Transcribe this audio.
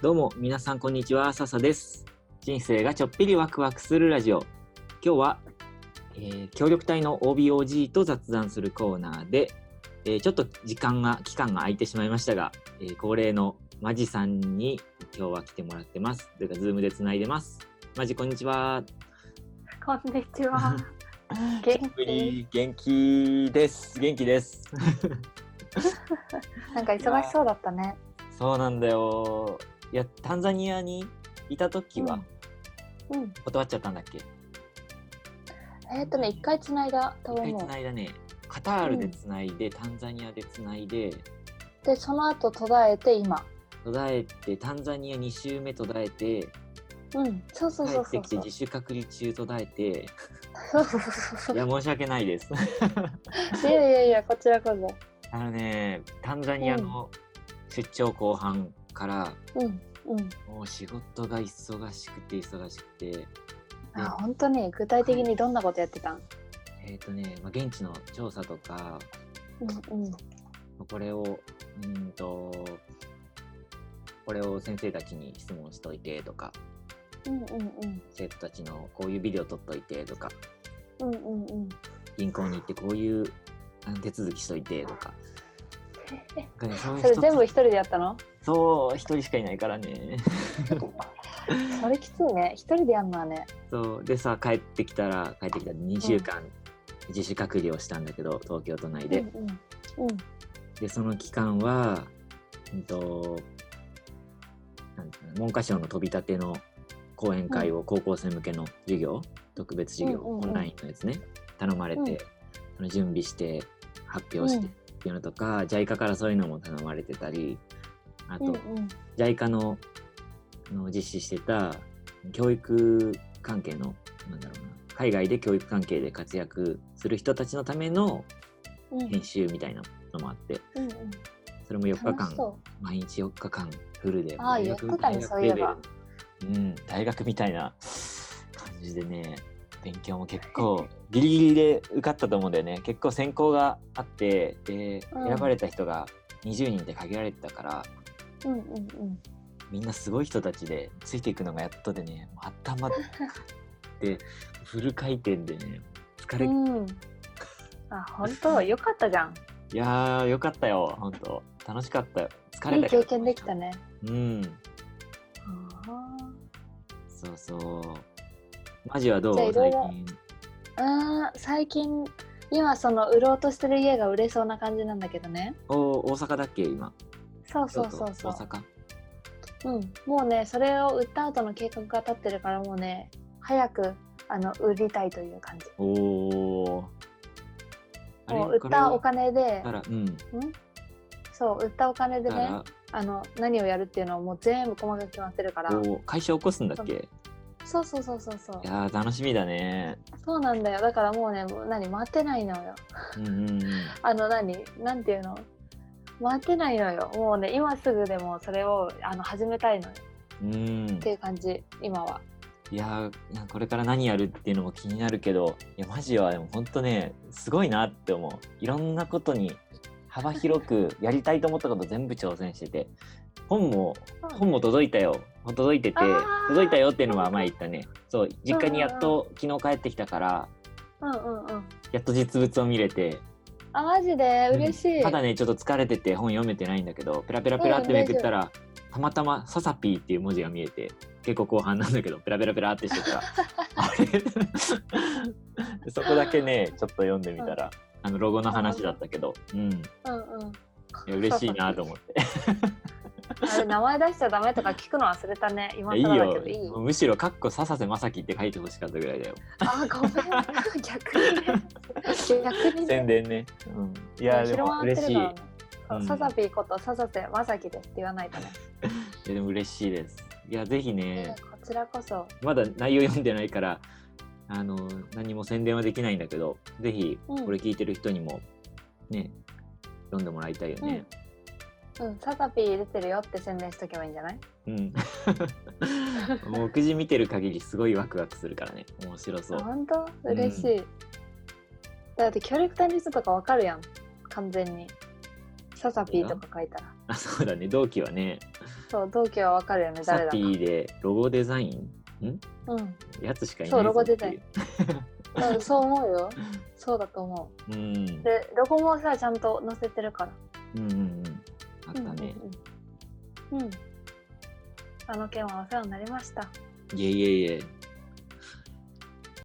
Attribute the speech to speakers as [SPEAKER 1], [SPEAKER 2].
[SPEAKER 1] どうも皆さんこんにちは笹です人生がちょっぴりワクワクするラジオ今日は、えー協力隊の OBOG と雑談するコーナーで、えーちょっと時間が期間が空いてしまいましたが、えー恒例のマジさんに今日は来てもらってますというかズームでつないでますマジこんにちは
[SPEAKER 2] こんにちは。元気。
[SPEAKER 1] 元気です元気です
[SPEAKER 2] なんか忙しそうだったね。
[SPEAKER 1] そうなんだよいやタンザニアにいた時は
[SPEAKER 2] うん。
[SPEAKER 1] 断っちゃったんだっけ、
[SPEAKER 2] えーっとね、一回繋いだと
[SPEAKER 1] 一回
[SPEAKER 2] 思
[SPEAKER 1] つないだねカタールでつないで、タンザニアでつないで
[SPEAKER 2] う。で、その後途絶えて今。
[SPEAKER 1] 途絶えてタンザニア2週目途絶えて
[SPEAKER 2] うん。そうそう
[SPEAKER 1] 帰
[SPEAKER 2] そう
[SPEAKER 1] っ
[SPEAKER 2] そ
[SPEAKER 1] て
[SPEAKER 2] う
[SPEAKER 1] きて
[SPEAKER 2] そう。
[SPEAKER 1] 自主隔離中途絶え
[SPEAKER 2] そうそうそうそ。
[SPEAKER 1] ていうや申し訳ないです
[SPEAKER 2] いやいやいや、こちらこ
[SPEAKER 1] あのねタンザニアの出張後半から、
[SPEAKER 2] そ。うん。うん。
[SPEAKER 1] もう仕事が忙しくて忙しくて
[SPEAKER 2] あ、本当に具体的にどんなことやってたん。
[SPEAKER 1] えっ、とね、まあ、現地の調査とか
[SPEAKER 2] うんうん。
[SPEAKER 1] これをうーんとこれを先生たちに質問しといてとか
[SPEAKER 2] うんうん
[SPEAKER 1] 生徒たちのこういうビデオ撮っといてとか
[SPEAKER 2] うん。うんうんうん。
[SPEAKER 1] 銀行に行ってこういうあの手続きしといてと かなんかねそういう
[SPEAKER 2] それ
[SPEAKER 1] 人
[SPEAKER 2] 全部一人でやったの。
[SPEAKER 1] そう一人しかいないからね
[SPEAKER 2] それきついね。一人でやるのはね。
[SPEAKER 1] そうでさ帰ってきたら帰ってきたら2週間自主隔離をしたんだけど東京都内
[SPEAKER 2] うん
[SPEAKER 1] で、
[SPEAKER 2] うん。うん。
[SPEAKER 1] でその期間はうんとなんていうの文科省の飛び立ての講演会を高校生向けの授業、特別授業、
[SPEAKER 2] うんうんうん
[SPEAKER 1] オンラインのやつね頼まれて、
[SPEAKER 2] うん
[SPEAKER 1] その準備して発表して
[SPEAKER 2] う
[SPEAKER 1] っ
[SPEAKER 2] ん
[SPEAKER 1] ていうのとか、JICA からそういうのも頼まれてたりあ
[SPEAKER 2] うん
[SPEAKER 1] と JICA のあの実施してた教育関係のなんだろうな海外で教育関係で活躍する人たちのための
[SPEAKER 2] うん。うん
[SPEAKER 1] 編集みたいなのもあって
[SPEAKER 2] うん
[SPEAKER 1] それも4
[SPEAKER 2] うん。
[SPEAKER 1] 日
[SPEAKER 2] 楽し
[SPEAKER 1] 間
[SPEAKER 2] そ
[SPEAKER 1] 毎日4日間フルで
[SPEAKER 2] ああ言ってたねそういえば
[SPEAKER 1] ベルうん大学みたいな感じでね勉強も結構ギリギリで受かったと思うんだよね結構選考があってで
[SPEAKER 2] うん
[SPEAKER 1] 選ばれた人が20人って限られてたから、
[SPEAKER 2] う。うんうんうん。
[SPEAKER 1] みんなすごい人たちでついていくのがやっとでねもう頭でフル回転でね疲れ、い
[SPEAKER 2] うん。あ、本当、よかったじゃん。
[SPEAKER 1] やーよかったよ本当楽しかったよ疲れ
[SPEAKER 2] いい
[SPEAKER 1] たけど
[SPEAKER 2] 経験できたね。
[SPEAKER 1] うんそうそう。マジはどう
[SPEAKER 2] じゃあいろい
[SPEAKER 1] 最
[SPEAKER 2] ろ
[SPEAKER 1] 近。
[SPEAKER 2] あー最近、今その売ろうとしてる家が売れそうな感じなんだけどね。
[SPEAKER 1] お大阪だっけ今。
[SPEAKER 2] そうそうそう
[SPEAKER 1] 京都
[SPEAKER 2] そ
[SPEAKER 1] 大
[SPEAKER 2] う。
[SPEAKER 1] 阪。
[SPEAKER 2] うん、もうね、それを売った後の計画が立ってるから、もうね、早く。あの売りたいという感じ。
[SPEAKER 1] おお。あれ
[SPEAKER 2] もう売
[SPEAKER 1] こ
[SPEAKER 2] っ
[SPEAKER 1] れ
[SPEAKER 2] た
[SPEAKER 1] を
[SPEAKER 2] お金で
[SPEAKER 1] だ、からうん。
[SPEAKER 2] そう売ったお金で
[SPEAKER 1] だか
[SPEAKER 2] ね、
[SPEAKER 1] ら、
[SPEAKER 2] あの何をやるっていうのはもう全部細かく決まってるから。
[SPEAKER 1] お会社起こすんだっけ。
[SPEAKER 2] そうそうそうそうそう
[SPEAKER 1] い。やー楽しみだね。
[SPEAKER 2] そうなんだよ。だからもうね、もう何待てないのよ。
[SPEAKER 1] うんうん
[SPEAKER 2] あの何なんていうの待てないのよもうね今すぐでもそれをあの始めたいのよ
[SPEAKER 1] うん。うん
[SPEAKER 2] っていう感じ今はい
[SPEAKER 1] やーなんかこれから何やるっていうのも気になるけどいやマジはでも本当ねすごいなって思ういろんなことに幅広くやりたいと思ったこと全部挑戦してて本も本も届いたよ届いてて
[SPEAKER 2] あー
[SPEAKER 1] 届いたよっていうのは前言ったねそう実家にやっと昨日帰ってきたから
[SPEAKER 2] うんうんうん
[SPEAKER 1] やっと実物を見れて
[SPEAKER 2] あマジで嬉しい、
[SPEAKER 1] ただねちょっと疲れてて本読めてないんだけどペラペラペラってめくったらたまたま「ササピー」っていう文字が見えて結構後半なんだけどペラペラペラってしてたら あれで そこだけねちょっと読んでみたら、あのロゴの話だったけど、うん、い
[SPEAKER 2] うんうん
[SPEAKER 1] や嬉しいなと思って
[SPEAKER 2] あれ名前出しちゃダメとか聞くの忘れたね 今
[SPEAKER 1] いやいい
[SPEAKER 2] 更だけ
[SPEAKER 1] よ
[SPEAKER 2] どいい
[SPEAKER 1] むしろ「かっこ笹瀬正樹」って書いてほしかったぐらいだよ
[SPEAKER 2] あごめん 逆にね逆に
[SPEAKER 1] 宣
[SPEAKER 2] ね
[SPEAKER 1] 伝ね、うん、いやで
[SPEAKER 2] 広
[SPEAKER 1] も
[SPEAKER 2] まって
[SPEAKER 1] 嬉し
[SPEAKER 2] る
[SPEAKER 1] い
[SPEAKER 2] の
[SPEAKER 1] い
[SPEAKER 2] はねそう
[SPEAKER 1] うん
[SPEAKER 2] サザピーこと笹瀬まさきですって言わないとね、
[SPEAKER 1] やでも嬉しいですいやぜひ
[SPEAKER 2] いや
[SPEAKER 1] ね
[SPEAKER 2] こちらこそ
[SPEAKER 1] まだ内容読んでないからあの何も宣伝はできないんだけどぜひ
[SPEAKER 2] うん
[SPEAKER 1] これ聞いてる人にもね読んでもらいたいよね
[SPEAKER 2] うんサザピー出てるよって宣伝しとけばいいんじゃない
[SPEAKER 1] うん、 もうくじ見てる限りすごいワクワクするからね面白そう
[SPEAKER 2] 本当嬉しい、だって協力隊の人とかわかるやん完全にササピーとか書いたら
[SPEAKER 1] あそうだね同期はね
[SPEAKER 2] そう同期はわかるよね
[SPEAKER 1] サ
[SPEAKER 2] 誰
[SPEAKER 1] テ
[SPEAKER 2] だか
[SPEAKER 1] ィでロゴデザイン
[SPEAKER 2] うん
[SPEAKER 1] やつしかいない
[SPEAKER 2] そうロゴ
[SPEAKER 1] ぞってい
[SPEAKER 2] デザインうんそう思うよ そうだと思
[SPEAKER 1] うん
[SPEAKER 2] うでロゴもさちゃんと載せてるから
[SPEAKER 1] うんうんうんあったね、
[SPEAKER 2] うんうんうん、あの件はお世話になりました
[SPEAKER 1] いえいえいえ